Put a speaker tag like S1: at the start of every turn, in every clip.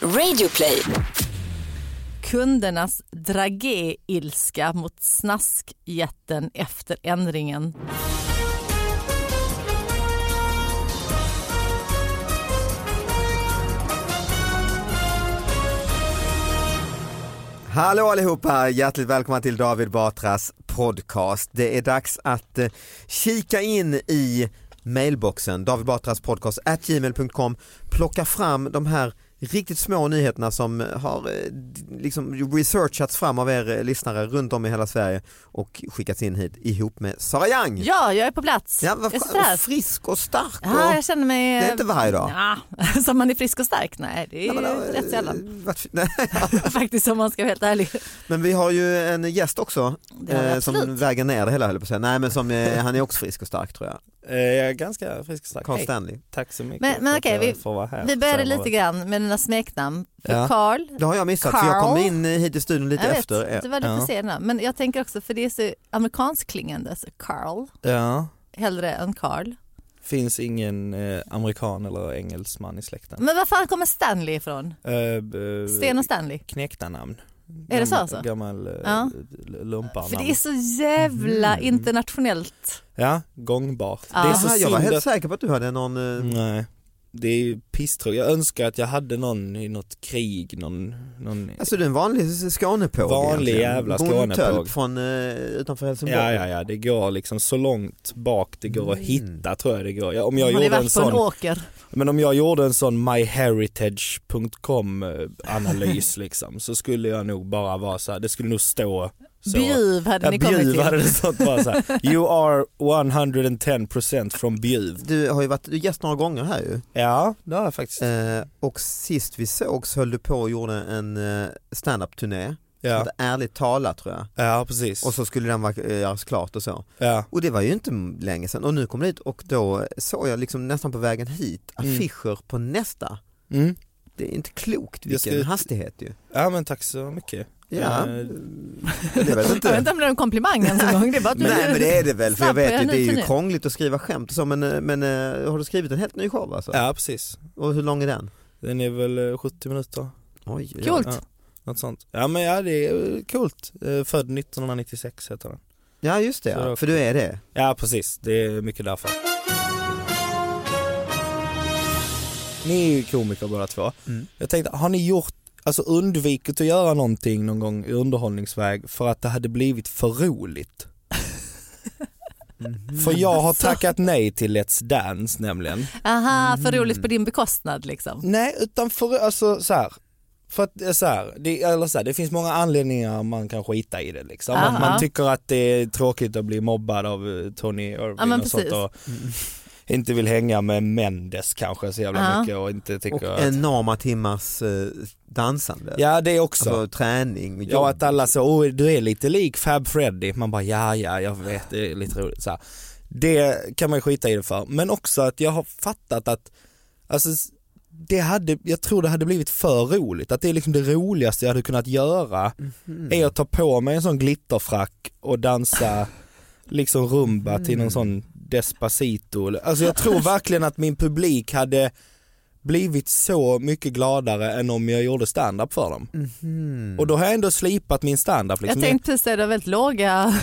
S1: Radioplay.
S2: Kundernas dragé-ilska mot snaskjätten efter ändringen.
S3: Hallå allihopa, hjärtligt välkomna till David Batras podcast. Det är dags att eh, kika in i mailboxen, David Batras podcast at gmail.com, plocka fram de här riktigt små nyheterna som har eh, d- liksom researchats fram av er eh, lyssnare runt om i hela Sverige och skickats in hit ihop med Sara Young.
S2: Ja, jag är på plats.
S3: Ja, vad
S2: jag
S3: skönt.
S2: sitter här.
S3: frisk och stark. Och...
S2: Ja, jag känner mig...
S3: Det är inte varje dag.
S2: Ja, som man är frisk och stark? Nej, det är
S3: Ja, men,
S2: ju rätt sällan.
S3: eh, vart- nej.
S2: Faktiskt om man ska vara helt ärlig.
S3: Men vi har ju en gäst också
S2: Det har vi
S3: eh,
S2: absolut.
S3: som väger ner det hela höll jag på att säga. Nej men som, eh, han är också frisk och stark tror jag.
S4: Eh, Jag är ganska frisk och stark.
S3: Carl
S4: Hej,
S3: Stanley.
S4: tack så mycket
S2: Men- men
S4: för
S2: okej,
S4: att jag
S2: vi-
S4: får vara här.
S2: Vi började
S4: Så här var
S2: lite
S4: det.
S2: grann med dina smeknamn. För
S3: Ja.
S2: Carl,
S3: Det har jag missat för jag
S2: Carl.
S3: kom in eh, hit i studion lite
S2: jag vet,
S3: efter er.
S2: du var lite
S3: ja.
S2: sen. där. Men jag tänker också, för det är så amerikansk klingande, så Carl,
S4: Ja.
S2: hellre än Carl.
S4: Finns ingen eh, amerikan eller engelsman i släkten.
S2: Men var fan kommer Stanley ifrån?
S4: Eh, b-
S2: Mm. Sten och Stanley?
S4: Knektarnamn.
S2: Är det så
S4: Gamm-
S2: alltså?
S4: Gammal eh,
S2: Ja.
S4: l- lumparnamn.
S2: För det är så jävla internationellt.
S4: Ja, gångbart.
S2: Ja.
S4: Det är så
S3: Aha, jag var
S4: synd
S3: helt
S4: att... Mm,
S3: säker på att du hade någon, eh,
S4: Nej. Det är ju pisstråkigt. Jag önskar att jag hade någon i något krig, någon, någon...
S3: alltså du är en vanlig Skånepåg
S4: Vanlig
S3: egentligen.
S4: jävla
S3: Bondtölp
S4: Skånepåg.
S3: från eh, utanför Helsingborg.
S4: Ja, ja, ja, det går liksom så långt bak det går att
S3: Mm.
S4: hitta tror jag det går. Ja, Om jag
S2: Man har ju
S4: gjorde
S2: varit
S4: en
S2: på
S4: sån...
S2: en åker.
S4: Men om jag gjorde en sån myheritage.com eh, analys liksom så skulle jag nog bara vara så här, det skulle nog stå så.
S2: Bjuv hade
S4: Ja,
S2: ni kommit
S4: Bjuv
S2: till.
S4: hade det stått bara så här. You are 110% from Bjuv.
S3: Du har ju varit gäst några gånger här ju.
S4: Ja, det har jag faktiskt.
S3: Eh, och sist vi sågs höll du på och gjorde en eh, stand-up turné
S4: Ja,
S3: Ärligt talat tror jag.
S4: ja precis.
S3: Och så skulle den vara- eh, göras klart och så.
S4: Ja.
S3: Och det var ju inte länge sedan och nu kom det hit och då såg jag liksom nästan på vägen hit
S4: Mm.
S3: affischer på nästa.
S4: Mm.
S3: Det är inte klokt
S4: Jag
S3: vilken
S4: skulle-
S3: hastighet ju.
S4: ja, men tack så mycket.
S3: Ja,
S4: Eh,
S3: det vet
S2: Jag vet
S3: inte.
S2: inte om det är en komplimang ens en gång. Det är bara att du-
S3: Nej men det är det väl för jag
S2: Snabb på
S3: vet ju
S2: den
S3: det är ju
S2: nu.
S3: krångligt att skriva skämt och så men, eh, men eh, har du skrivit en helt ny show alltså?
S4: Ja, precis.
S3: Och hur lång är den?
S4: Den är väl eh, 70 minuter,
S3: Oj, ja.
S2: Coolt.
S4: Ja. något sånt. Ja men ja, det är coolt. Eh, Född 1996 heter den.
S3: Ja just det,
S4: Så
S3: ja.
S4: då-
S3: för du är det.
S4: Ja precis, det är mycket därför. Ni är ju komiker båda två.
S3: Mm.
S4: Jag tänkte, har ni gjort, alltså undvikit att göra någonting någon gång i underhållningsväg för att det hade blivit för roligt? För jag har tackat nej till Let's Dance nämligen.
S2: Aha, för
S4: Mm.
S2: roligt på din bekostnad liksom.
S4: Nej, utan för, alltså så här. För att det är så här, det, eller så här, det finns många anledningar man kan skita i det liksom.
S2: Ja,
S4: Att man
S2: ja.
S4: tycker att det är tråkigt att bli mobbad av eh, Tony Irving
S2: Ja, men
S4: och sånt
S2: precis.
S4: och inte vill hänga med Mendes kanske så jävla
S2: Ja.
S4: mycket och inte tycker
S3: Och
S4: att...
S3: enorma timmars eh, dansande.
S4: Ja det också.
S3: Alltså träning, jobb.
S4: Ja att alla så, oh, du är lite lik Fab Freddy, man bara ja ja jag vet det är lite roligt så här. Det kan man skita i det för. Men också att jag har fattat att, alltså det hade, jag tror det hade blivit för roligt. Att det är liksom det roligaste jag hade kunnat göra är
S2: Mm.
S4: att ta på mig en sån glitterfrack och dansa liksom rumba till
S2: Mm.
S4: någon sån Despacito. Alltså jag tror verkligen att min publik hade blivit så mycket gladare än om jag gjorde stand-up för dem. Och då har jag ändå slipat min stand-up.
S2: Mhm. Jag
S4: Liksom.
S2: tänkte precis säga, det var väldigt låga.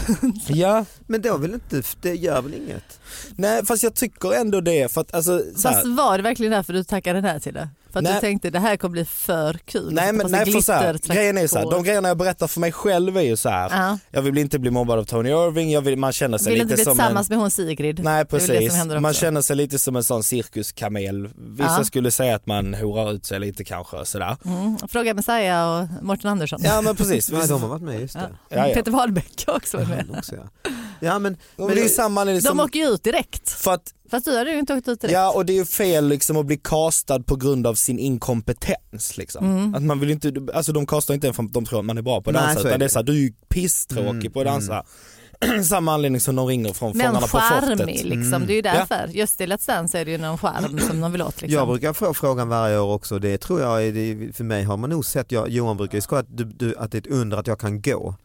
S4: Ja,
S3: Men då vill inte, det gör väl inget?
S4: nej fast jag tycker ändå det för att alltså så här,
S2: Fast var det verkligen därför du tackade nej till det? För att
S4: Nej.
S2: du tänkte det här kommer bli för kul?
S4: Nej men
S2: Fast det
S4: nej, för så här,
S2: glittertrack
S4: grejen är ju så här,
S2: på.
S4: de grejerna jag berättar för mig själv är ju så här.
S2: Ja.
S4: jag vill inte bli mobbad av Tony Irving, jag vill, man känner sig
S2: Vill
S4: lite
S2: inte bli
S4: som
S2: tillsammans
S4: en
S2: med hon Sigrid?
S4: Nej
S2: Det är väl det
S4: precis,
S2: som händer
S4: man
S2: också.
S4: känner sig lite som en sån cirkuskamel. Vissa
S2: Ja.
S4: skulle säga att man horar ut sig lite kanske och sådär.
S2: Mm, Fråga Messiah och Mårten Andersson.
S4: Ja men precis.
S3: Nej, de har varit med, just det.
S4: Ja, ja.
S2: Peter Wahlbeck också var med.
S3: Han också, ja. ja men,
S4: Men det är ju samma
S2: De
S4: liksom,
S2: åker ju ut direkt.
S4: för att
S2: Fast du hade ju inte åkt ut direkt.
S4: Ja och det är ju fel liksom att bli castad på grund av sin inkompetens liksom.
S2: Mm.
S4: Att man vill inte, alltså de castar inte en för att de tror att man är bra på att
S3: Nej,
S4: dansa
S3: så är
S4: utan
S3: det.
S4: det är
S3: Mm,
S4: såhär, du är ju pisstråkig på att dansa. Samma anledning som de ringer från
S2: Men
S4: Fångarna på fortet. Mm.
S2: charmig liksom, det är ju därför. Just i Let's Dance är det ju någon charm som de vill åt.
S3: Jag
S2: Liksom.
S3: brukar få frågan varje år också, det tror jag, är- det, för mig har man nog sett, jag, Johan brukar ju skoja att, du, du, att det är ett under att jag kan gå.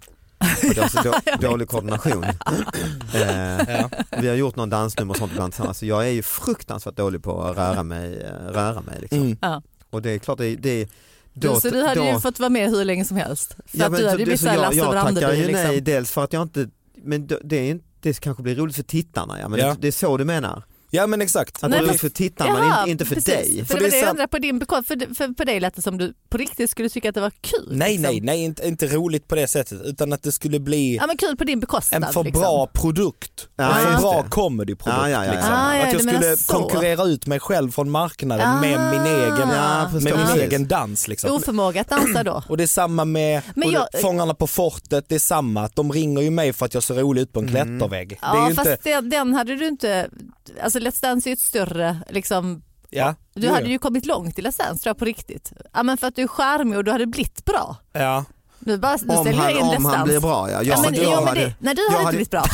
S3: För det är så då, dålig koordination. eh, Vi har gjort någon dansnummer och sånt ibland tillsammans, så jag är ju fruktansvärt dålig på att röra mig. eh, Röra mig liksom.
S4: Mm.
S2: Ja.
S3: Och det är klart, det, det
S2: Du, så du hade ju fått vara med hur länge som helst. För
S3: Ja,
S2: att
S3: men
S2: du
S3: så-
S2: hade ju
S3: det-
S2: blivit
S3: så
S2: såhär
S3: jag-
S2: Lasse
S3: Jag tackar
S2: Brandeby.
S3: ju
S2: Liksom.
S3: nej, dels för att jag inte, men det, det, är, inte- det kanske blir roligt för tittarna, ja, men
S4: Ja.
S3: det- det är så du menar?
S4: Ja men exakt.
S2: Nej,
S3: Att det är roligt
S2: fast-
S3: för tittarna, men
S2: Jaha,
S3: inte, inte för
S2: precis.
S3: dig.
S2: För det
S4: För
S2: var
S4: det är
S2: det jag
S4: så-
S2: undrar på din bekostnad. För, det- för, för dig lät det som du på riktigt skulle tycka att det var kul.
S4: Nej
S2: liksom.
S4: nej nej inte, inte roligt på det sättet utan att det skulle bli
S2: Ja men kul på din bekostnad.
S4: en för
S2: liksom.
S4: bra produkt,
S3: Ja,
S4: en för
S3: just
S4: bra
S3: det.
S4: comedyprodukt.
S3: Ja, ja, ja, ja.
S4: Liksom.
S3: Ah,
S2: ja,
S4: att jag
S2: du menar
S4: skulle
S2: så. Ah.
S4: konkurrera ut mig själv från marknaden med min egen,
S3: Ja,
S4: med min
S3: precis.
S4: egen dans. Liksom.
S2: Oförmåga att dansa då.
S4: Och det är samma med
S2: Men
S4: och
S2: jag-
S4: det- Fångarna på fortet, det är samma. att De ringer ju mig för att jag ser rolig ut på en
S3: Mm.
S4: klättervägg. Det är
S2: Ja
S4: ju
S2: fast
S4: inte,
S2: den, den hade du inte, alltså Let's Dance är ju ett större liksom
S4: ja,
S2: du
S4: jo,
S2: hade
S4: jo.
S2: ju kommit långt i Let's Dance tror jag på riktigt. Ja men för att du är charmig och du hade blivit bra.
S4: ja.
S2: Nu, bara, nu
S3: Om
S2: ställer jag
S3: han,
S2: in
S3: om
S2: Let's
S3: han
S2: Dance.
S3: blir bra ja. Jag,
S2: Ja, men,
S3: jag
S2: ja, men
S3: hade-
S2: det, nej du
S3: jag
S2: hade inte
S3: hade-
S2: blivit bra.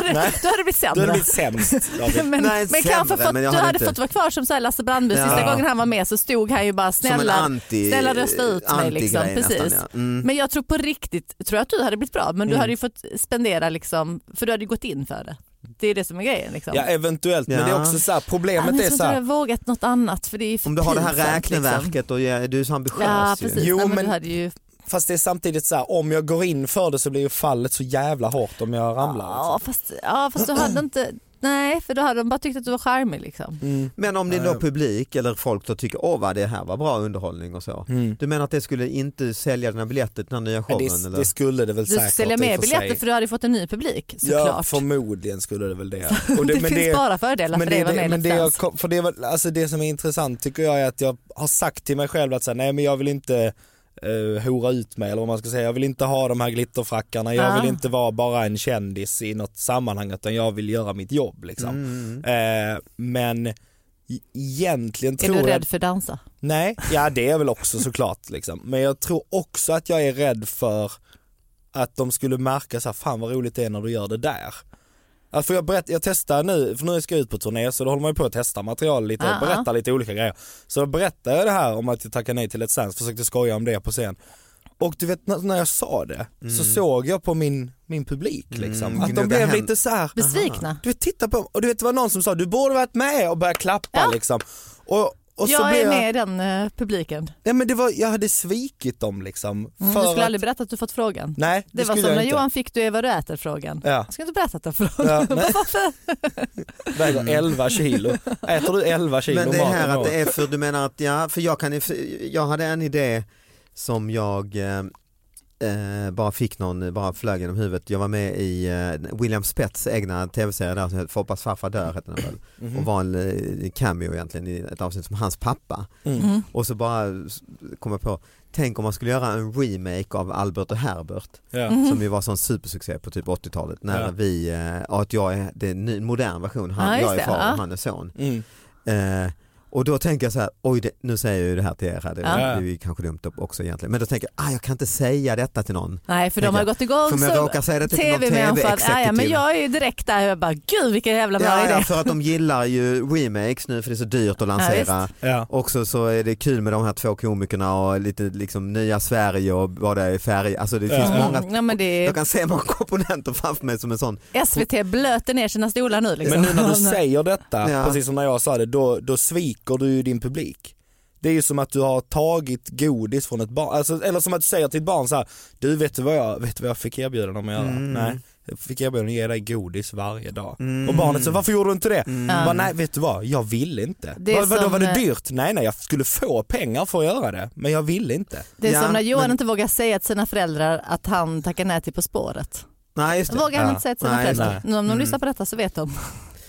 S2: du, hade, du hade blivit
S4: Du
S2: sämre.
S4: hade blivit sämst David.
S2: men,
S3: Nej,
S2: men
S3: sämre,
S2: kanske fått,
S3: men jag
S2: du
S3: hade
S2: hade
S3: inte-
S2: fått vara kvar som så här Lasse Brandby
S3: Ja.
S2: sista gången han var med så stod han ju bara
S3: en
S2: snälla,
S3: anti-
S2: snälla rösta ut mig.
S3: anti-grej
S2: Liksom.
S3: nästan,
S2: Precis.
S3: ja. Mm.
S2: Men jag tror på riktigt, tror jag att du hade blivit bra men du hade ju fått spendera liksom, för du hade ju gått in för det. Det är det som är grejen. Liksom.
S4: Ja eventuellt men
S3: Ja. eh,
S4: det är också så här,
S2: Ja, men
S4: problemet
S2: jag tror
S4: är så
S2: inte du hade
S4: här,
S2: vågat något annat för det är ju för
S3: Om du har det här
S2: pinsamt,
S3: räkneverket
S2: Liksom.
S3: och är du är så ambitiös
S2: Ja
S3: ju.
S2: precis,
S4: Jo,
S2: Nej, men,
S4: men-
S2: du hade ju...
S4: fast det är samtidigt så här, om jag går in för det så blir ju fallet så jävla hårt om jag ramlar. liksom.
S2: Ja, fast, ja fast du hade inte, nej för då hade de bara tyckt att du var charmig liksom.
S4: Mm,
S3: Men om det är då publik eller folk då tycker åh vad det här var bra underhållning och så. Du menar att det skulle inte sälja dina biljetter till den här nya
S4: Men
S3: showen?
S4: Mm. Det,
S3: eller?
S4: det skulle det väl
S2: Du skulle
S4: säkert
S2: sälja
S4: i och
S2: mer
S4: för
S2: biljetter
S4: sig.
S2: för du hade ju fått en ny publik såklart.
S4: Ja förmodligen skulle det väl det. Och
S2: det finns bara fördelar för dig att vara med i
S4: men det,
S2: Let's
S4: jag,
S2: Dance.
S4: kom- för det, var- alltså det som är intressant tycker jag är att jag har sagt till mig själv att så här, nej men jag vill inte uh, hora ut mig eller vad man ska säga. Jag vill inte ha de här glitterfrackarna, jag
S2: Ah.
S4: vill inte vara bara en kändis i något sammanhang utan jag vill göra mitt jobb liksom. Eh, men e- egentligen
S2: Mm. Är
S4: tror
S2: du
S4: jag...
S2: rädd för dansa?
S4: Nej, ja det är väl också såklart liksom. Men jag tror också att jag är rädd för att de skulle märka så här, fan vad roligt det är när du gör det där. Ja, För jag, berätt, jag testar nu, för nu ska jag ut på turné så då håller man ju på att testa material lite och
S2: Ja.
S4: berätta lite olika grejer. Så då berättade jag det här om att jag tackade nej till Let's Dance, försökte skoja om det på scen. Och du vet när- när jag sa det så såg jag på min, min publik liksom, Mm. att de
S3: Gnugga
S4: blev
S3: hem-
S4: lite så här
S2: Besvikna?
S4: du vet, titta på och du vet det var någon som sa du borde varit med och började klappa
S2: Ja.
S4: liksom. Och, och så
S2: Jag
S4: blev
S2: är
S4: jag-
S2: med i den eh, publiken.
S4: Ja men det var, jag hade svikit dem liksom.
S2: Mm,
S4: för
S2: du skulle
S4: att-
S2: aldrig berätta att du fått frågan.
S4: Nej det,
S2: Det var
S4: skulle
S2: som när
S4: jag inte.
S2: Johan fick du är vad du äter frågan.
S4: Ja.
S2: Jag ska inte berätta den frågan.
S4: Ja, nej. Väger 11 kilo.
S2: Mm.
S4: Äter du 11 kilo
S3: Men det
S4: mat
S3: här
S4: om
S3: att
S4: året?
S3: det är för, du menar att, ja, för jag, kan, jag hade en idé som jag eh, eh, bara fick någon, bara flög genom huvudet. Jag var med i eh, William Spets egna tv-serie där som hette Foppas farfar dör hette den väl. Och var en eh, cameo egentligen i ett avsnitt som hans pappa.
S2: Mm.
S3: Och så bara s- kom jag på, tänk om man skulle göra en remake av Albert och Herbert
S4: Ja.
S2: Mm.
S3: som ju var sån supersuccé på typ 80-talet när
S4: Ja.
S3: vi, eh, att jag är, det är en ny, modern version, han,
S2: Ja, just
S3: jag är
S2: det,
S3: far
S2: ja.
S3: och han är son.
S4: Mm.
S3: Eh, Och då tänker jag så här, oj det, nu säger jag ju det här till er, här. Det,
S2: Ja.
S3: det är ju kanske dumt också egentligen. Men då tänker jag, ah, jag kan inte säga detta till någon.
S2: Nej, för de
S3: Tänker
S2: har
S3: jag.
S2: gått igång
S3: För om jag råkar säga det till någon
S2: tv-människa.
S3: TV-exekutiv.
S2: Ja, ja, men jag är ju direkt där jag bara gud vilken jävla bra
S3: Ja,
S2: idé.
S3: ja, för att de gillar ju remakes nu för det är så dyrt att lansera.
S4: Ja.
S3: Också så är det kul med de här två komikerna och lite liksom nya Sverige och vad det är i färg. Alltså det finns
S4: Ja.
S3: många,
S2: Mm, Ja, men det
S3: jag
S2: är...
S3: kan se många komponenter framför mig som en sån.
S2: SVT blöter ner sina stolar nu liksom.
S4: Men nu när du säger detta,
S3: Ja.
S4: precis som när jag sa det, då, då sviker du ju din publik. Det är ju som att du har tagit godis från ett barn, alltså, eller som att du säger till ett barn så här, du vet du vad jag, vet du vad jag fick erbjudande om att göra?
S2: Mm.
S4: Nej, jag fick erbjudande att ge dig godis varje dag. Och barnet så varför gjorde du inte det? Bara, nej vet du vad, jag ville inte.
S2: Mm. Det är
S4: Vad, vadå
S2: som,
S4: var det
S2: eh,
S4: dyrt? Nej nej jag skulle få pengar för att göra det, men jag ville inte.
S2: Det är
S3: Ja,
S2: som när Johan
S3: men-
S2: inte vågar säga till sina föräldrar att han tackar nej till På spåret.
S3: Nej just det.
S2: Vågar han
S4: Ja.
S2: inte säga till sina
S3: Nej, Mm.
S2: föräldrar.
S4: nej.
S2: Nu om de lyssnar på detta så vet de.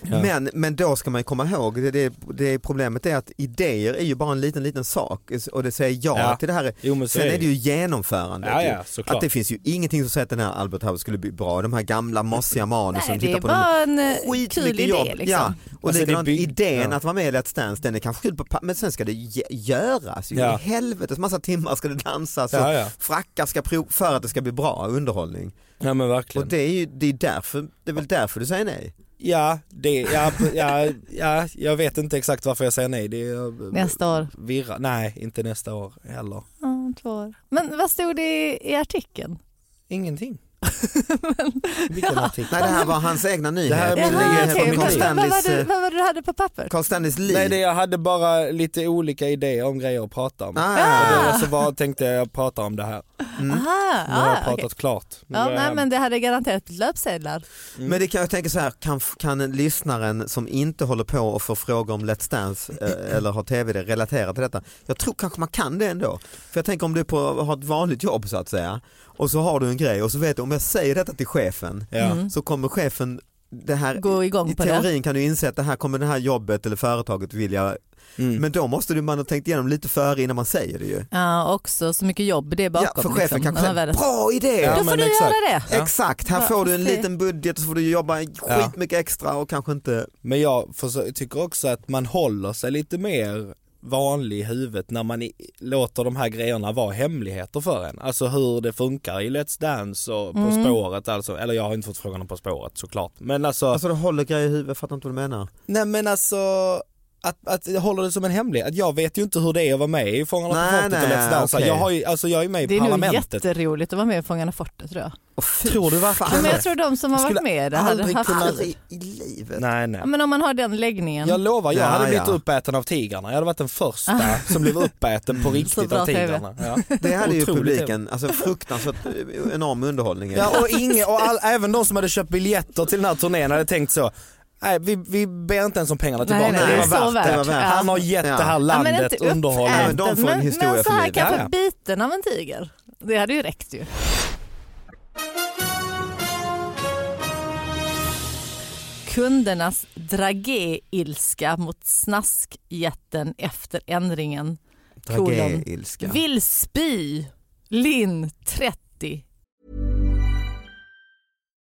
S4: Ja.
S3: Men, men då ska man ju komma ihåg, det, det, det problemet är att idéer är ju bara en liten liten sak och det säger ja,
S4: Ja.
S3: till det här.
S4: Jo, men så
S3: Sen
S4: är
S3: är
S4: det
S3: det ju genomförandet.
S4: Ja,
S3: ju.
S4: ja, såklart.
S3: att det finns ju ingenting som säger att den här Albert House skulle bli bra, de här gamla mossiga manusen.
S2: Nej, det
S3: titta
S2: är
S3: på dem.
S2: bara en eh,
S3: Skitmycket
S2: kul idé liksom.
S3: Ja. Och
S4: Alltså, det är
S3: likadant
S4: bygg-
S3: idén
S4: ja.
S3: att vara med i Let's Dance, den är kanske kul på pa- men sen ska det ge- göras ju.
S4: Ja.
S3: I helvetes massa timmar ska det dansas och
S4: Ja, ja.
S3: frackar ska prov för att det ska bli bra underhållning.
S4: Ja men
S3: Och
S4: verkligen.
S3: det är ju det är därför, det är väl därför du säger nej?
S4: Ja, det, ja, ja, ja, jag vet inte exakt varför jag säger nej. Det är,
S2: Nästa år.
S4: Virra, nej inte nästa år heller.
S2: Ja, två år. Men vad stod det i, i artikeln?
S4: Ingenting. Vilken artikel?
S3: Nej det här var hans egna nyhet.
S4: här är min
S3: Det
S4: Jaha,
S3: är
S4: okej,
S3: från Carl
S2: vad,
S4: men-
S2: vad, var
S3: Stanleys,
S2: det,
S3: eh,
S2: vad var det du hade på papper?
S3: Carl Stanleys liv.
S4: Nej det, jag hade bara lite olika idéer om grejer att prata om.
S3: Ah.
S4: Och då så bara tänkte jag, jag pratar om det här.
S3: mm.
S2: Aha,
S4: Nu har jag
S2: ah,
S4: pratat
S2: okej.
S4: klart. Nu
S2: ja,
S4: går jag
S2: nej,
S4: hem.
S2: men det hade garanterat blivit löpsedlar.
S3: Men det kan jag tänka så här, kan, kan en lyssnaren som inte håller på och får frågor om Let's Dance eh, eller har tv det relatera till detta? Jag tror kanske man kan det ändå. För jag tänker om du är på, har ett vanligt jobb så att säga och så har du en grej och så vet du om jag säger detta till chefen
S4: Ja. Mm.
S3: så kommer chefen det här,
S2: Gå
S3: I
S2: igång på det.
S3: teorin kan du inse att det här kommer det här jobbet eller företaget vilja
S4: Mm.
S3: Men då måste du man ha tänkt igenom lite före innan man säger det ju.
S2: Ja, också så mycket jobb det är bakom.
S3: ja, för chefen
S2: liksom,
S3: kanske
S2: när man
S3: säger
S2: väl-
S3: bra idé!
S4: Ja,
S2: Då
S4: men
S2: får du
S4: exakt.
S2: göra det.
S4: Ja.
S3: Exakt, här
S2: Ja,
S3: får du en
S2: precis.
S3: liten budget och så får du jobba skitmycket extra och kanske inte
S4: Men jag försö- tycker också att man håller sig lite mer vanlig i huvudet när man i- låter de här grejerna vara hemligheter för en. Alltså hur det funkar i Let's Dance och På
S2: Mm.
S4: spåret alltså. Eller jag har inte fått frågan om På spåret såklart. Men alltså,
S3: Alltså det håller grejer i huvudet, jag fattar inte vad du menar.
S4: nej men alltså att, att jag håller det som en hemlighet. Att jag vet ju inte hur det är att vara med i Fångarna
S3: Nej,
S4: på fortet och
S3: nej,
S4: Let's Dance.
S3: okej.
S4: Jag, har ju, alltså, jag är med i
S2: Det är nog
S4: Parlamentet.
S2: jätteroligt att vara med i Fångarna Forte tror jag.
S3: Och fy
S4: Tror du verkligen
S3: fan.
S2: Men jag tror de som har
S4: skulle
S2: varit med där hade
S3: aldrig
S2: haft
S3: kunnat
S2: kul.
S3: i, i livet.
S4: Nej nej.
S2: Ja, men om man har den läggningen.
S4: Jag lovar, jag
S3: Ja,
S4: hade blivit
S3: ja.
S4: uppäten av tigrarna. Jag hade varit den första som blev uppäten på riktigt
S2: Ah. bra
S4: av
S2: TV.
S4: tigrarna. Ja.
S3: Det hade ju
S4: Otroligt
S3: publiken, alltså fruktansvärt eh, enorm underhållning.
S4: Ja, och ingen, och all, även de som hade köpt biljetter till den här turnén hade tänkt så. Nej, vi, vi ber inte ens om pengarna tillbaka.
S2: nej,
S4: det,
S2: det
S4: var
S2: är så
S4: värt det.
S2: värt.
S4: Det var värt.
S2: Ja.
S4: Han har gett
S3: Ja.
S4: det här
S2: Ja, men
S4: landet
S2: inte
S4: underhållning.
S3: Ja, men de får en
S2: uppäten,
S3: historia
S2: men så här
S3: för livet.
S2: kanske
S4: Ja, ja.
S2: biten av en tiger. Det hade ju räckt ju. Kundernas dragé-ilska mot snaskjätten efter ändringen kolon.
S3: ilska.
S2: vill spy Linn 30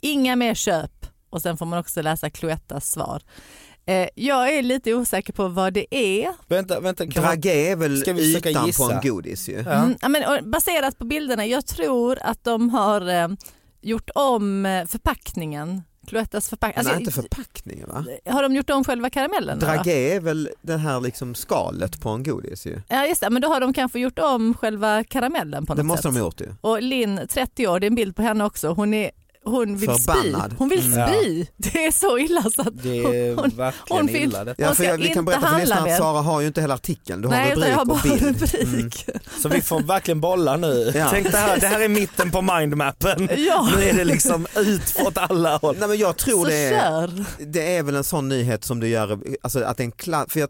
S2: Inga mer köp. Och sen får man också läsa Cloettas svar. Eh, jag är lite osäker på vad det är.
S4: Vänta, vänta. Kan man,
S3: Dragé är väl
S4: Ska vi försöka
S3: ytan på
S4: gissa?
S3: en godis ju.
S4: Ja.
S2: Mm, ja, men, och baserat på bilderna, jag tror att de har eh, gjort om eh, förpackningen Cloettas förpackning.
S3: Nej, inte förpackningen va?
S2: Har de gjort om själva karamellen? då?
S3: Dragé är väl det här liksom skalet på en godis ju.
S2: Ja just det, men då har de kanske gjort om själva karamellen på något
S3: Det måste
S2: sätt.
S3: de ha gjort ju.
S2: Och Linn, 30 år, det är en bild på henne också. Hon, är, hon vill
S3: Förbannad.
S2: spy. Hon vill
S4: Mm.
S2: spy. Det är så illa så att
S4: Det är
S2: hon,
S4: verkligen
S2: hon vill-
S4: illa detta.
S3: Ja,
S2: Man
S3: för
S2: ska
S3: jag, vi kan
S2: inte
S3: berätta för
S2: handla
S3: lyssnarna att
S2: med.
S3: Sara har ju inte hela artikeln. Du har
S2: Nej, utan
S3: rubrik
S2: jag har
S3: och
S2: bara
S3: bild. Mm.
S2: rubrik.
S4: Så vi får verkligen bolla nu.
S3: Ja.
S4: Tänk det här, det här är mitten på mindmappen.
S2: Ja.
S4: Nu är det liksom ut åt alla håll.
S3: Nej, men jag tror
S2: Så
S3: det är,
S2: kör.
S3: det är väl en sån nyhet som du gör, alltså att en kla- för jag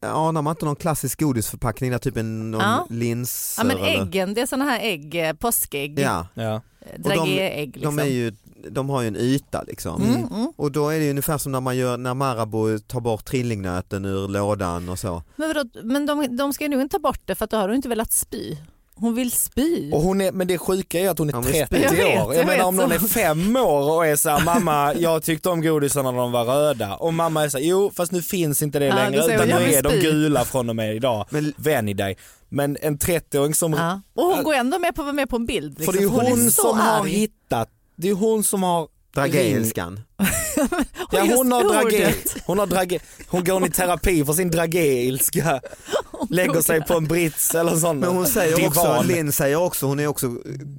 S3: anar man inte någon klassisk godisförpackning där typ en, någon
S2: Ja.
S3: lins
S2: Ja men äggen, det är sådana här ägg, eh, påskägg,
S3: Ja.
S4: Ja.
S3: Och de-
S2: dragéägg. Liksom. Mm,
S3: De, är ju, de har ju en yta liksom. Och då är det ju ungefär som när man gör när Marabou tar bort trillingnöten ur lådan och så.
S2: Men, vadå, men de, de ska ju nog inte ta bort det för att då har hon inte velat spy. Hon vill spy.
S4: Och hon är, men det sjuka är att hon är
S3: Ja, men
S4: 30
S3: spyr.
S2: Jag vet,
S4: år. Jag,
S2: jag
S4: menar
S2: vet,
S4: om någon
S2: så-
S4: är fem år och är såhär, mamma jag tyckte om godisarna när de var röda. Och mamma är såhär, jo fast nu finns inte det
S2: Ja,
S4: längre
S2: då säger
S4: utan
S2: hon,
S4: nu
S2: "Jag vill
S4: är
S2: spy."
S4: de gula från och med idag.
S3: Men-
S4: Vänj dig. Men en 30-åring som...
S2: ja. och hon går ändå med på att vara med på en bild.
S4: Äh. För
S2: Liksom.
S4: det är ju hon,
S2: är så
S4: som har
S2: arg.
S4: hittat, det är hon som har ringt
S3: Dragelskan.
S4: Ja,
S2: Just
S4: hon, har dragé,
S2: ordet.
S4: hon har dragé, hon går i terapi för sin dragéilska. Lägger sig på en brits eller en sån
S3: Men hon säger också,
S4: divan.
S3: Linn säger också, hon är också,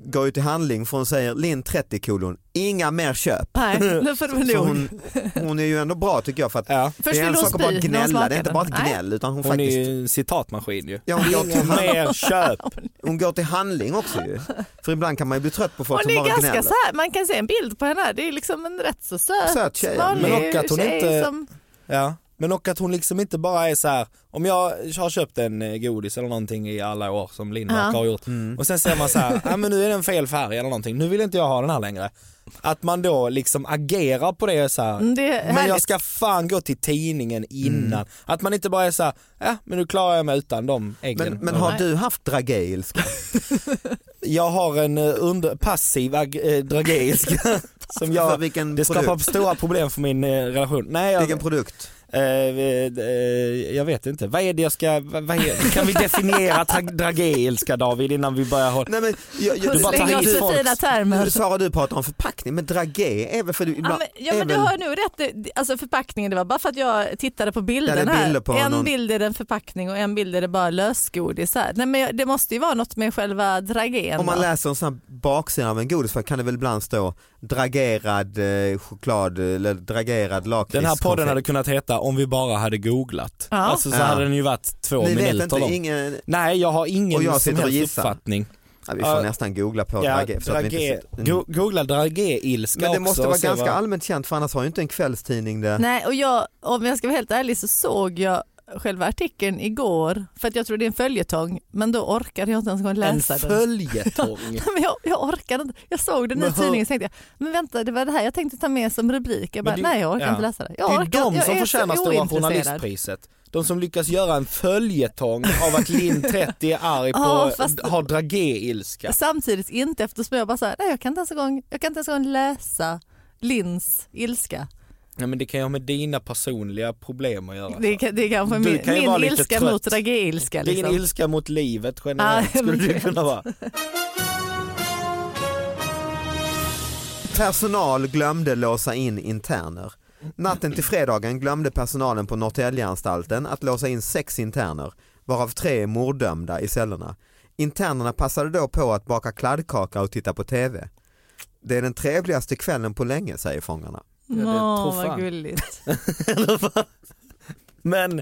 S3: går ju till handling för hon säger Linn 30 kolon, inga mer köp.
S2: Nej, nu får det vara
S3: Så
S2: nog.
S3: hon, hon är ju ändå bra tycker jag för att
S4: Ja,
S2: Först
S3: det är en
S2: vill hon
S3: sak att bara
S2: spy när hon
S3: gnälla, det är
S2: smakar
S3: inte
S2: den.
S3: bara
S2: Nej.
S3: gnäll utan hon,
S4: hon är
S3: faktiskt,
S4: ju en citatmaskin ju.
S3: ja, hon, går till, hand-
S4: Mer köp.
S3: hon går till handling också ju. För ibland kan man ju bli trött på folk
S2: Hon är
S3: som bara
S2: ganska
S3: gnäller.
S2: så här, man kan se en bild på henne, det är liksom en rätt så söt,
S3: Söt tjej, ja.
S2: vanlig
S4: Men och att hon
S2: tjej
S4: inte-
S2: som,
S4: Ja. Men och att hon liksom inte bara är så här. om jag har köpt en eh, godis eller någonting i alla år som Lindmark har gjort
S3: Mm.
S4: och sen ser man så här, ja men nu är den fel färg eller någonting, nu vill inte jag ha den här längre. Att man då liksom agerar på det så här.
S2: Mm, det är
S4: men jag
S2: härligt.
S4: ska fan gå till tidningen innan.
S3: Mm.
S4: Att man inte bara är så här, ja men nu klarar jag mig utan de äggen.
S3: Men, men
S4: Ja.
S3: har du haft dragelska?
S4: Jag har en eh, under, passiv ag- eh, drageilska som
S3: För
S4: jag,
S3: vilken
S4: det skapar
S3: produkt?
S4: stora problem för min eh, relation. Nej, jag,
S3: Vilken produkt?
S4: Eh, eh, eh, jag vet inte, vad är det jag ska, vad vad är, kan vi definiera tra- drageilska David innan vi börjar hålla?
S3: Nej, men, jag, jag,
S4: Du bara tar
S2: slänger
S4: hit
S2: oss i
S4: folks-
S2: fina termer.
S3: Sara du pratar om förpackning, men dragé är väl för du
S2: Ja,
S3: ibland,
S2: men, ja, men du
S3: är väl-
S2: har nog rätt. Det- Alltså förpackningen, det var bara för att jag tittade på bilden
S3: Ja, det är bilder
S2: här.
S3: på
S2: en
S3: någon-
S2: bild är det en förpackning och en bild är det bara lösgodis. Här. Nej, men jag- det måste ju vara något med själva dragén.
S3: Om man
S2: va?
S3: läser en sån här baksida av en godisförpackning kan det väl ibland stå dragerad eh, choklad eller dragerad lakrits.
S4: Den här podden
S3: konfekt.
S4: hade kunnat heta om vi bara hade googlat.
S2: Ja.
S4: Alltså så
S3: Ja.
S4: hade den ju varit två
S3: Ni vet
S4: minuter
S3: inte,
S4: lång.
S3: ingen,
S4: Nej jag har ingen
S3: Och jag
S4: som
S3: sitter och
S4: helst
S3: gissar.
S4: uppfattning.
S3: ja, vi får
S4: Ja.
S3: nästan googla på
S4: Ja,
S3: dragé. så att vi inte
S4: dragé,
S3: sitter- Mm.
S4: go- googla drageilska
S3: Men det
S4: också
S3: måste
S4: och
S3: vara
S4: se
S3: ganska
S4: vad-
S3: allmänt känt för annars har ju inte en kvällstidning det.
S2: Nej, och jag, om jag ska vara helt ärlig så såg jag själva artikeln igår för att jag tror det är en följetong men då orkade jag inte ens gå och
S4: En
S2: läsa den.
S4: följetong.
S2: Men jag, jag orkade inte. Jag såg den i
S4: Men hur-
S2: tidningen och tänkte jag, men vänta det var det här jag tänkte ta med som rubrik. Jag
S4: Men
S2: bara,
S4: det-
S2: nej jag orkar
S4: ja.
S2: inte läsa det. Jag
S4: det är
S2: orkar,
S4: de
S2: jag
S4: som
S2: är så
S4: förtjänar Stora
S2: ointresserad.
S4: Journalistpriset. De som lyckas göra en följetong av att Linn 30 är arg på,
S2: Ja, fast-
S4: har dragéilska.
S2: Samtidigt inte eftersom jag bara så här, nej jag kan inte ens, en gång, jag kan inte ens en gång läsa Lins ilska.
S4: Nej men det kan ju ha med dina personliga problem att göra.
S2: Det, kan- det är kanske
S4: Du
S2: min,
S4: kan ju vara
S2: min
S4: lite
S2: ilska
S4: trött.
S2: mot Dragé-ilska.
S4: Din
S2: Liksom.
S4: ilska mot livet
S2: Ja,
S4: generellt
S2: men
S4: skulle
S2: jag
S4: det
S2: vet.
S4: kunna vara.
S3: Personal glömde låsa in interner. Natten till fredagen glömde personalen på Norrtäljeanstalten att låsa in sex interner, varav tre är morddömda i cellerna. Internerna passade då på att baka kladdkaka och titta på TV. Det är den trevligaste kvällen på länge, säger fångarna.
S4: det
S2: Åh,
S4: tror fan.
S2: vad gulligt.
S4: Men,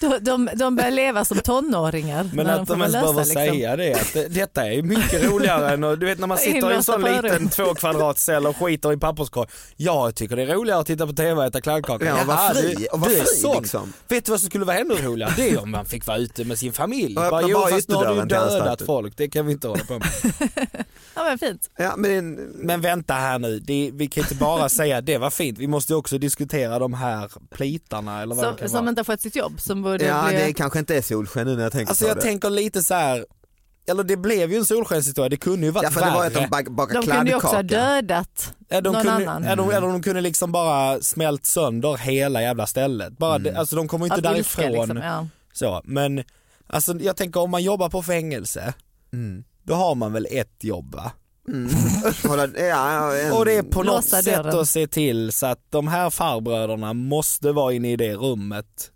S2: De, de, de börjar leva som tonåringar.
S4: men
S2: när
S4: att
S2: får
S4: de ens
S2: vara lösa, liksom.
S4: behöver säga det, att det, detta är mycket roligare än att, du vet när man sitter i en
S2: Inlåsta
S4: sån
S2: på
S4: liten
S2: rum.
S4: två kvadratcell och skiter i papperskorg. Jag tycker det är roligare att titta på TV och äta kladdkaka.
S3: Ja, och vara
S4: Jaha,
S3: fri- och vara
S4: du är
S3: fri,
S4: sån.
S3: liksom.
S4: Vet du vad som skulle vara ännu roligare? Det är om man fick vara ute med sin familj.
S3: Och öppna bara
S4: fast nu har du ju
S3: ytterdörren till
S4: dödat
S3: anstalten.
S4: folk, det kan vi inte hålla på med.
S2: Ja, men fint.
S3: Ja, men,
S4: Men vänta här nu, det, vi kan inte bara säga det var fint, vi måste ju också diskutera de här plitarna eller vad det
S2: Som,
S4: kan
S2: som
S4: vara.
S2: inte har fått sitt jobb. Som borde
S3: ja,
S2: bli...
S3: det kanske inte är solsken nu när jag tänker
S4: Alltså
S3: på
S4: jag
S3: det.
S4: tänker lite så här. eller det blev ju en solskenshistoria, det kunde ju varit
S3: ja, för det
S4: värre.
S3: var att de bak- bakade
S2: de kunde ju också ha
S3: kladdkaka.
S2: dödat
S4: Ja, de
S2: någon
S4: kunde,
S2: annan.
S4: ja, de, eller de kunde liksom bara smält sönder hela jävla stället. Bara det, alltså de kommer ju inte
S2: Av ilska,
S4: därifrån.
S2: liksom, ja.
S4: så, men Mm. alltså, jag tänker om man jobbar på fängelse, då har man väl ett jobb va?
S3: Hålla, ja, ja, en-
S4: Och det är på något
S2: Låsa
S4: sätt
S2: dörren.
S4: att se till så att de här farbröderna måste vara inne i det rummet.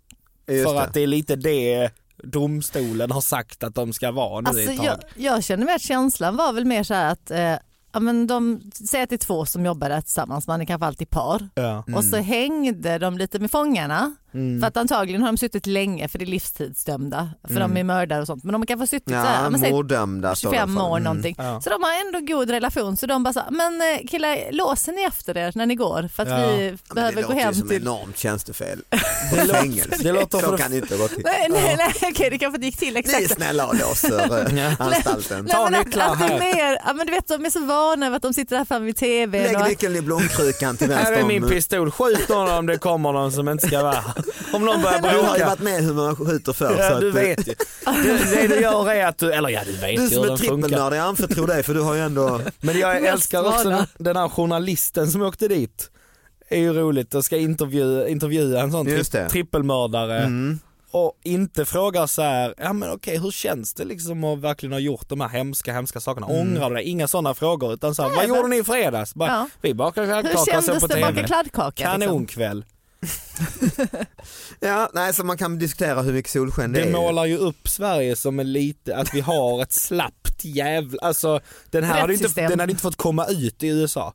S3: just
S4: för att det är lite det domstolen har sagt att de ska vara nu
S2: Alltså,
S4: ett tag.
S2: jag, jag känner mig att känslan var väl mer så här att eh, ja, men de, säg att det är två som jobbar där tillsammans, man är kanske alltid par.
S4: Ja.
S2: Och så hängde de lite med fångarna. För att antagligen har de suttit länge för det är livstidsdömda. För de är mördare och sånt. Men de har kanske suttit så här,
S3: Ja,
S2: ja, men säg
S3: morddömda. står det
S2: 25
S3: för.
S2: år någonting.
S4: ja.
S2: Så de har ändå god relation. Så de bara så här, men eh, killar låser ni efter er när ni går? För att
S4: Ja.
S2: vi
S3: Ja, men
S2: behöver
S3: det
S2: gå
S3: låter
S2: hem
S3: ju som
S2: till...
S3: enormt tjänstefel.
S4: Det låter-
S3: Fängelse.
S4: det låter för-
S3: Så kan det inte gå till.
S2: Nej, nej, nej, okej, det kanske inte gick till
S3: Ni är
S2: exakt så.
S3: snälla och låser eh, anstalten.
S4: Ta
S2: men
S4: nycklar
S2: att, att det är
S4: här.
S2: mer, ja, men du vet de är så vana över att de sitter där framme vid tvn.
S3: Lägg
S2: och att-
S3: nyckeln i blomkrukan till
S4: Här
S3: vänster
S4: är
S3: om...
S4: min pistol, skjut någon om det kommer någon som inte ska vara här. Om någon börjar
S3: Du har ju
S4: bråka.
S3: varit med hur man skjuter förr. så
S4: Ja,
S3: att,
S4: du
S3: eh,
S4: vet ju. Det, det du gör är att du, eller ja du vet
S3: Du
S4: ju hur
S3: som är
S4: den funkar.
S3: trippelnörd, jag anförtror dig för du har ju ändå...
S4: Men jag
S2: Mest
S4: älskar också
S2: vana.
S4: den, den här journalisten som åkte dit. är ju roligt och ska intervjua, intervjua en sån
S3: Just
S4: tri-
S3: det.
S4: trippelmördare. Och inte frågar så här, ja men okej hur känns det liksom att verkligen ha gjort de här hemska, hemska sakerna? Ångrar du dig? Inga sådana frågor utan så här, vad
S2: men-
S4: gjorde ni i fredags? Bara,
S2: Ja.
S4: Vi bakade
S2: Hur
S4: kladdkaka och såg
S2: kändes
S4: på
S2: det att
S4: TV.
S2: baka kladdkaka? Liksom?
S4: Kanonkväll.
S3: Ja, nej, så man kan diskutera hur mycket solsken det,
S4: Det
S3: är.
S4: målar ju upp Sverige som en lite, att vi har ett slappt jävla, alltså den här hade ju inte,
S2: Rättssystem.
S4: den hade inte fått komma ut i USA.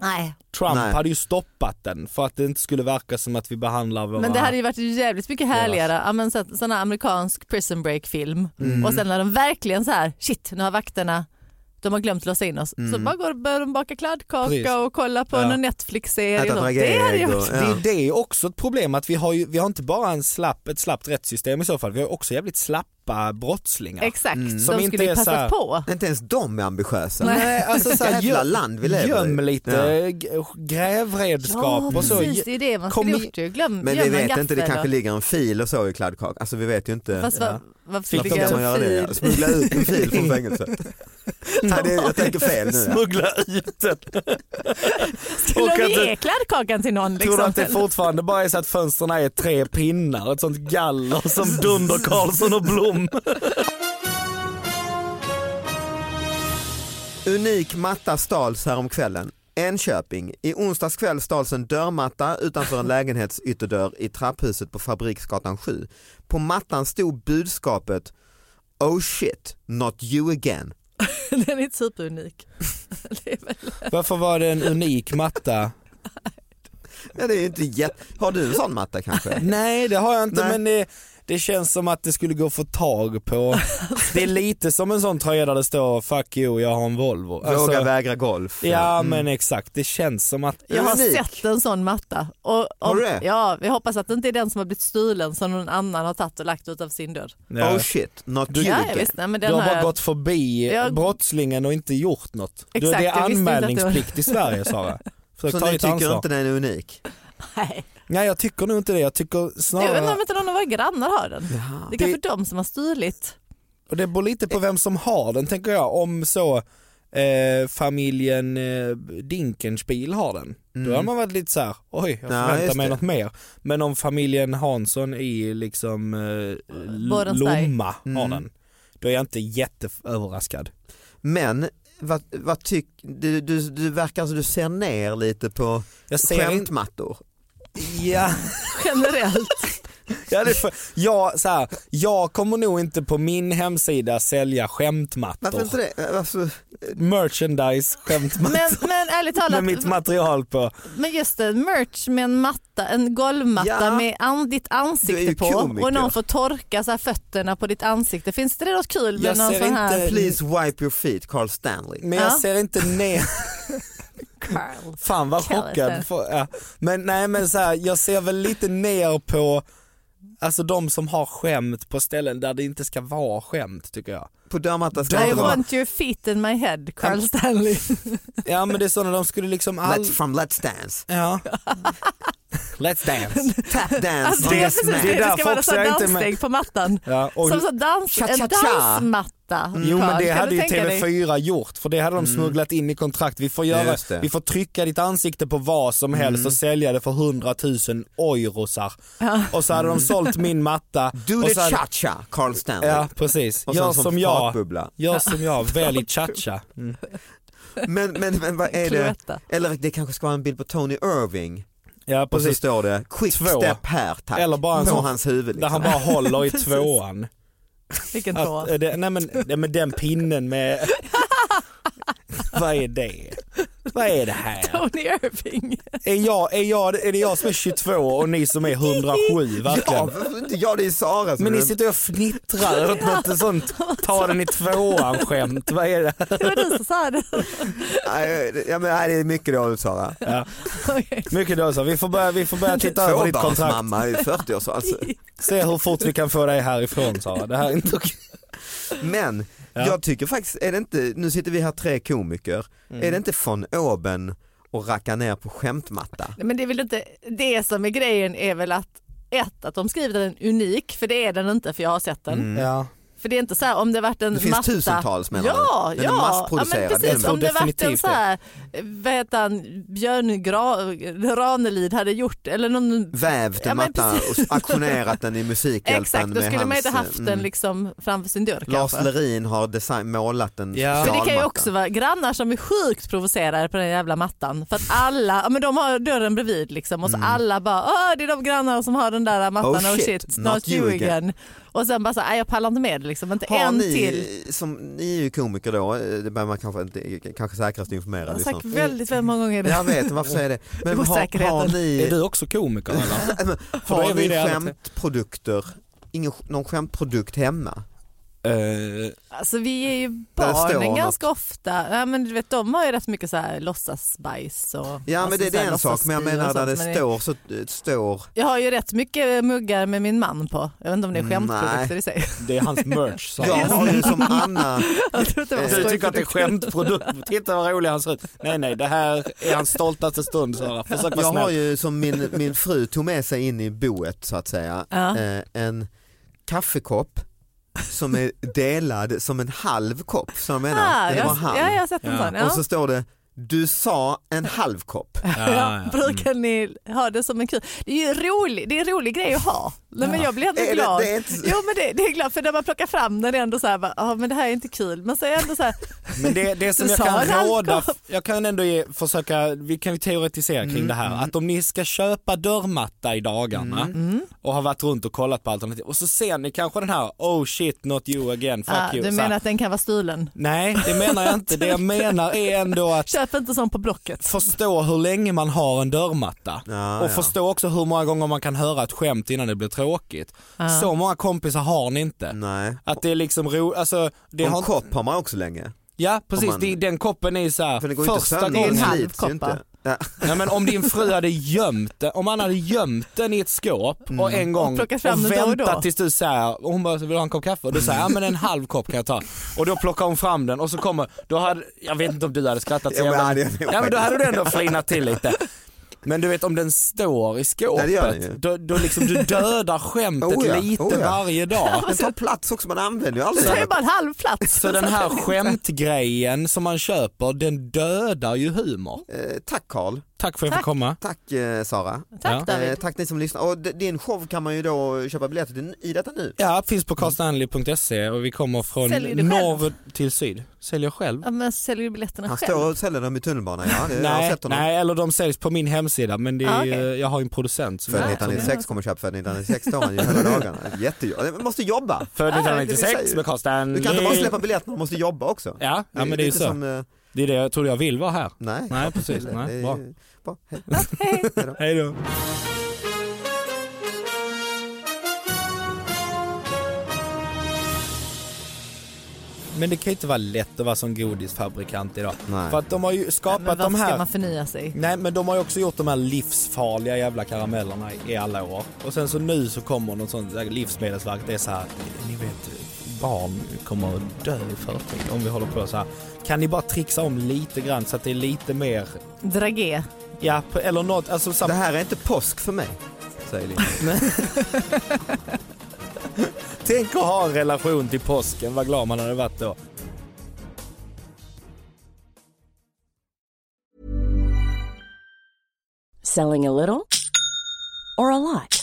S2: Nej,
S4: Trump
S3: Nej.
S4: hade ju stoppat den för att det inte skulle verka som att vi behandlar våra...
S2: men det hade ju varit jävligt mycket härligare. Ja, men så, sån här amerikansk prison break film.
S4: Mm.
S2: Och sen när de verkligen så här, shit nu har vakterna de har glömt låsa in oss. Så bara går, börjar de baka kladdkaka
S4: Mm. Precis.
S2: och kolla på
S4: Ja.
S2: någon Netflix-serie.
S3: Äta
S2: och sånt. Det
S3: dragéer
S2: hade ju
S3: och-
S2: varit...
S4: det, är- det är också ett problem att vi har ju, vi har inte bara en slapp, ett slappt rättssystem i så fall, vi har också jävligt slappa brottslingar.
S2: Exakt,
S4: Mm. Som
S2: de
S4: inte
S2: skulle
S4: är
S2: ju
S4: så här-
S2: passat på.
S3: Inte ens de är ambitiösa.
S4: Nej, alltså
S3: Vilket
S4: såhär,
S3: jävla land vi lever i.
S4: göm lite
S3: Ja.
S4: g- grävredskap
S2: Ja
S4: och så.
S2: precis, det är det man
S4: kom
S2: skulle
S4: i-
S2: gjort ju. Glöm,
S3: Men vi
S2: Mm, gömma
S3: vet inte, det
S2: gaffel
S3: kanske
S2: och-
S3: ligger en fil och så i kladdkaka. Alltså vi vet ju inte.
S2: Fast vad, varför
S3: Varför
S2: fick
S3: kan man göra
S2: jag
S3: det?
S2: en fil?
S3: Smuggla ut en fil från fängelset. Nej, det, jag tänker fel nu. Ja.
S4: Smuggla ut den. Och
S2: Skulle
S4: att
S2: de
S4: du-
S2: ge kladdkakan till någon? Liksom?
S4: Tror du att det fortfarande bara är så att fönstren är tre pinnar, ett sånt galler som Dunder Karlsson och Blom?
S3: Unik matta stals häromkvällen. Enköping. I onsdags kväll stals en dörrmatta utanför en lägenhets ytterdörr i trapphuset på Fabriksgatan 7. På mattan stod budskapet Oh shit, not you again.
S2: Den är superunik. Det är väl-
S4: Varför var det en unik matta?
S3: Ja, det är ju inte jätt... Har du en sån matta kanske?
S4: Nej det har jag inte
S3: Nej.
S4: men det, det känns som att det skulle gå att få tag på. Det är lite som en sån tröja där det står fuck you jag har en Volvo.
S3: Våga Mm.
S4: Alltså,
S3: vägra golf.
S4: ja men exakt, det känns som att
S2: Jag har
S3: Unik.
S2: sett en sån matta. Och om,
S3: Har du det?
S2: Ja, vi hoppas att det inte är den som har blivit stulen som någon annan har tagit och lagt utanför sin dörr.
S3: Oh shit, not you
S2: Ja,
S3: again.
S2: visst, nej, men
S4: Du
S2: den
S4: har
S2: har
S4: bara
S2: jag-
S4: gått förbi
S2: Jag-
S4: brottslingen och inte gjort något. Du,
S2: Exakt,
S4: det är
S2: jag visste inte att det var-
S4: anmälningsplikt i Sverige Sara. Försök
S3: Så
S4: ta
S3: ni
S4: ditt
S3: tycker
S4: ansvar.
S3: inte den är unik?
S2: Nej.
S4: Nej jag tycker nog inte det, jag tycker
S2: Jag undrar om
S4: snarare,
S2: inte någon av våra grannar har den. Det är kanske de som har stulit.
S4: och det beror lite på vem som har den tänker jag, om så eh, familjen eh, Dinkenspiel har den. Då har man varit lite så här: oj jag
S3: Ja,
S4: förväntar
S3: Mm. just
S4: mig
S3: det.
S4: något mer. Men om familjen Hansson i liksom eh, L-
S2: Borensberg.
S4: Lomma
S3: Mm.
S4: har den, då är jag inte jätteöverraskad.
S3: Men vad, vad tyck, du, du, du verkar som du ser ner lite på
S4: Jag ser inte,
S3: skämtmattor.
S4: ja,
S2: Generellt.
S4: ja, det är för, jag, så här, jag kommer nog inte på min hemsida sälja
S3: Varför inte
S4: skämtmattor.
S3: det? Varför?
S4: Merchandise skämtmattor
S2: Men, men ärligt
S4: med
S2: talat,
S4: mitt material på.
S2: men just det, merch med en matta, en golvmatta
S3: Ja.
S2: med an, ditt
S3: Du är ju
S2: ansikte på
S3: komiker.
S2: och någon får torka så här fötterna på ditt ansikte. Finns det något kul med
S4: Jag
S2: någon
S4: ser
S2: sån här?
S4: inte-
S3: Please wipe your feet, Carl Stanley.
S4: Men jag
S2: Ja.
S4: ser inte ner,
S2: Carl.
S4: fan vad
S2: Kallas det.
S4: chockad. Får- Ja. Men nej men så här, jag ser väl lite ner på Alltså de som har skämt på ställen där det inte ska vara skämt tycker jag.
S3: På dörrmattan ska det
S2: I
S3: inte vara
S2: want your feet in my head, Carl Stanley.
S4: Ja men det är sådana de skulle liksom all...
S3: Let's from Let's Dance.
S4: Ja. Let's dance.
S3: Tap dance.
S2: Alltså, det,
S4: Det-
S2: är precis,
S4: det är
S2: det, det
S4: därför
S2: ska vara
S4: också
S2: så här
S4: jag inte
S2: danssteg på mattan.
S4: Ja, och- Mm.
S2: Som så dans, en
S3: Cha-cha-cha.
S2: dansmatta.
S4: Jo men
S2: Carl.
S4: det
S2: Kan
S4: hade
S2: du
S4: ju
S2: tänka dig?
S4: TV4 gjort för det hade de smugglat in i kontrakt. Vi får, göra,
S3: Mm. Just det. Mm.
S4: vi får trycka ditt ansikte på vad som helst och sälja det för 100 000 eurosar. Och så hade de sålt min matta.
S3: Do
S4: och
S3: the
S4: så hade-
S3: cha-cha, Carl Stanley.
S4: Ja precis,
S3: Och
S4: gör
S3: sen
S4: som,
S3: som
S4: jag,
S3: fartbubbla.
S4: gör som jag, välj cha-cha. Mm.
S3: Men, men, men vad är det?
S2: Cloetta.
S3: Eller det kanske ska vara en bild på Tony Irving
S4: Ja
S3: och så
S4: precis.
S3: står det quick
S4: Två.
S3: step här tack
S4: Eller bara en
S3: på
S4: sån-
S3: hans huvud.
S4: Där han
S3: Liksom.
S4: bara håller i tvåan.
S2: Vilken
S4: Att,
S2: tvåa.
S4: eh, det, nej men, nej men den pinnen med... Vad är det? Vad är det här?
S2: Tony Irving.
S4: Är, jag, är, jag, är det jag som är 22 och ni som är 107 verkligen?
S3: liksom. Ja, varför inte jag det är Sara som
S4: Men ni
S3: är-
S4: sitter och fnittrar åt något sånt ta den i tvåan skämt. Vad är det?
S2: Det var du som sa det.
S3: Nej, det- ja, men, nej, det är mycket dåligt Sara.
S2: Okej.
S4: Mycket då så. Vi får börja, vi får börja titta över ditt kontrakt.
S3: Tvåbarnsmamma i 40 år så alltså.
S4: Se hur fort vi kan få dig härifrån Sara. Det här är inte okej.
S3: Men
S4: Ja.
S3: jag tycker faktiskt, är det inte, nu sitter vi här tre komiker,
S2: Mm.
S3: är det inte von oben och racka ner på skämtmatta?
S2: Nej, Men det är väl inte, det som är grejen är väl att ett, att de skriver den unik, för det är den inte för jag har sett den.
S4: Ja.
S2: För det är inte så här om det varit en
S3: Det finns
S2: matta.
S3: tusentals, menar du?
S2: Ja,
S3: Den är
S2: ja.
S3: massproducerad,
S2: Ja, men
S3: den
S2: precis.
S3: är-
S2: Om det varit en
S4: Definitivt
S2: så här, eh, vad heter han, Björn Gra Ranelid hade gjort, eller någon
S3: Vävt en
S2: Ja, men
S3: matta och
S2: precis.
S3: auktionerat den i Musikhjälpen
S2: Exakt, då
S3: med
S2: skulle man
S3: hans,
S2: inte haft
S3: mm,
S2: den liksom framför sin dörr
S3: Lars
S2: kanske.
S3: Lerin har design, målat en
S4: Ja.
S2: För
S3: specialmatta.
S2: det kan ju också vara grannar som är sjukt provocerade på den jävla mattan. För att alla, ja, men de har dörren bredvid liksom och så alla bara Åh, det är de grannarna som har den där mattan,
S3: Mm. Oh
S2: oh shit,
S3: shit,
S2: not, you again. Och sen bara så, nej jag pallar inte med det liksom, inte
S3: Har
S2: en
S3: ni,
S2: till.
S3: som, ni är ju komiker då, eh, det behöver man kanske inte, kanske säkrast
S2: Jag
S3: informera.
S2: har sagt
S3: lyssnarna.
S2: väldigt, väldigt många gånger det.
S3: Jag vet, varför säger jag det? Men har,
S2: Osäkerheten.
S3: har
S4: Är
S3: ni,
S4: du också komiker eller? då
S3: har
S4: är vi
S3: ni
S4: det alla tre.
S3: skämtprodukter, ingen, någon skämtprodukt hemma?
S4: Eh,
S2: Alltså vi är ju
S3: Där står
S2: barnen
S3: något.
S2: ganska ofta, ja, men du vet de har ju rätt mycket så här låtsasbajs och
S3: Ja
S2: alltså,
S3: men det,
S2: så
S3: det
S2: här
S3: är en sak, men jag
S2: låtsasbi och
S3: menar där
S2: sånt,
S3: det
S2: men
S3: står så det står,
S2: Jag har ju rätt mycket muggar med min man på. Jag vet inte om det är skämtprodukter
S3: Nej.
S2: i sig.
S4: det är hans merch Sara.
S3: jag har ju som Anna,
S2: Jag tror inte det var
S4: Du tycker att det är
S2: skojprodukter.
S4: skämtprodukt. Titta vad rolig han ser ut. Nej nej, det här är hans stoltaste stund Sara. Försök
S3: jag
S4: vara
S3: har
S4: snäll.
S3: ju som min, min fru tog med sig in i boet så att säga,
S2: Ja.
S3: eh, en kaffekopp som är delad som en halv kopp, så jag menar,
S2: Ah,
S3: den
S2: jag,
S3: var halv.
S2: ja, jag har sett en
S4: Ja.
S2: sån. Ja.
S3: Och så står det, du sa en halv kopp.
S4: Ja, ja.
S2: Brukar ni ha det som en kul? Det är ju rolig, det är en rolig grej att ha. Nej, men jag blir ändå
S3: Är det-
S2: glad.
S3: det är inte så-
S2: Jo men det, det är glad för när man plockar fram den är det ändå så här, bara, "Ah, men det här är inte kul. Men så är jag ändå så här,
S4: Men det, det som
S2: Du
S4: jag
S2: sa
S4: kan
S2: en halv
S4: råda,
S2: kopp.
S4: jag kan ändå ge, försöka, vi kan ju teoretisera kring
S2: Mm,
S4: det här, att om ni ska köpa dörrmatta i dagarna
S2: Mm,
S4: och har varit runt och kollat på alternativ och så ser ni kanske den här oh shit not you again, fuck
S2: ah,
S4: you.
S2: du
S4: så här.
S2: menar att den kan vara stulen?
S4: Nej det menar jag inte, det jag menar är ändå att
S2: Köp inte sån på Blocket.
S4: förstå hur länge man har en dörrmatta
S3: Ja,
S4: och
S3: ja.
S4: förstå också hur många gånger man kan höra ett skämt innan det blir tråkigt. Så många kompisar har ni inte.
S3: Nej.
S4: Att det är liksom ro, alltså, det
S3: Och
S4: har
S3: en
S4: inte-
S3: kopp har man också länge.
S4: Ja precis,
S3: man-
S4: Det- den koppen är ju såhär
S3: För det går ju inte
S4: första
S3: sönder,
S4: gången.
S3: den
S2: halv
S3: slits ju
S2: kopp,
S3: inte.
S2: va?
S3: Ja.
S4: Nej men om din fru hade gömt den, om han hade gömt den i ett skåp och
S3: Mm.
S4: en gång och,
S2: plockat fram den då och
S4: väntat
S2: då.
S4: tills du säger, och hon bara vill du ha en kopp kaffe? Och du säger ja men en halv kopp kan jag ta. Och då plockar hon fram den och så kommer, då hade, jag vet inte om du hade skrattat
S3: Ja,
S4: så
S3: men
S4: jävla-
S3: hade jag nog
S4: ja men då hade du ändå flinat till lite. Men du vet om den står i
S3: Nej, det gör den
S4: skåpet,
S3: ju.
S4: då, då liksom du dödar skämtet
S3: Oh ja,
S4: lite
S3: oh ja.
S4: varje dag.
S3: Den tar plats också, man använder ju aldrig
S2: Så är det
S3: den.
S2: bara en halv plats.
S4: Så den här skämtgrejen som man köper, den dödar ju humor.
S3: Eh, Tack Carl,
S4: Tack för att jag
S2: Tack.
S4: fick komma.
S3: tack eh, Sara.
S4: Ja.
S2: Tack
S3: Eh,
S2: David.
S3: tack ni som lyssnar. Och d- din show kan man ju då köpa biljetter till i detta nu.
S4: Ja, finns på carlstanley.se och vi kommer från
S2: Mm. Säljer du själv?
S4: norr till syd. Säljer jag själv?
S2: Ja, men jag säljer ju biljetterna
S3: Han
S2: själv.
S3: står och säljer dem i tunnelbanan, ja. Det, jag har
S4: Nej,
S3: sett honom.
S4: nej, eller de säljs på min hemsida men det är,
S2: Ah, okej.
S4: jag har ju en producent. Som
S3: Född
S2: Nej,
S3: 1996 kommer köpa, född 1996 står han ju hela dagarna. Jättejobb. Man måste jobba.
S4: Född
S3: det vill
S4: 1996
S3: säga.
S4: med Carl Stanley.
S3: Du kan inte bara släppa biljetterna, man måste jobba också.
S4: Ja, ja men det är ju
S3: lite
S4: så.
S3: som, eh,
S4: Det är det jag tror jag vill vara här.
S3: nej.
S4: Nej precis,
S3: Det
S4: nej,
S3: är-
S4: bra.
S3: bra. Hej.
S4: Hej då. Men det kan ju inte vara lätt att vara som godisfabrikant idag.
S3: Nej.
S4: För att de har ju
S2: Ja,
S4: skapat
S2: men
S4: de
S2: varför
S4: här...
S2: ska man förnya sig?
S4: Nej men de har ju också gjort de här livsfarliga jävla karamellerna i- i alla år. Och sen så nu så kommer något sånt där livsmedelsverk. Det är så här, ni vet barn kommer att dö i förtid om vi håller på så här. Kan ni bara trixa om lite grann så att det är lite mer,
S2: Dragé.
S4: ja på- eller något, alltså så
S3: Det
S4: här,
S3: här är inte påsk för mig, säger Linn.
S4: tänk att ha en relation till påsken, vad glad man hade varit då.
S5: Selling a little or a lot?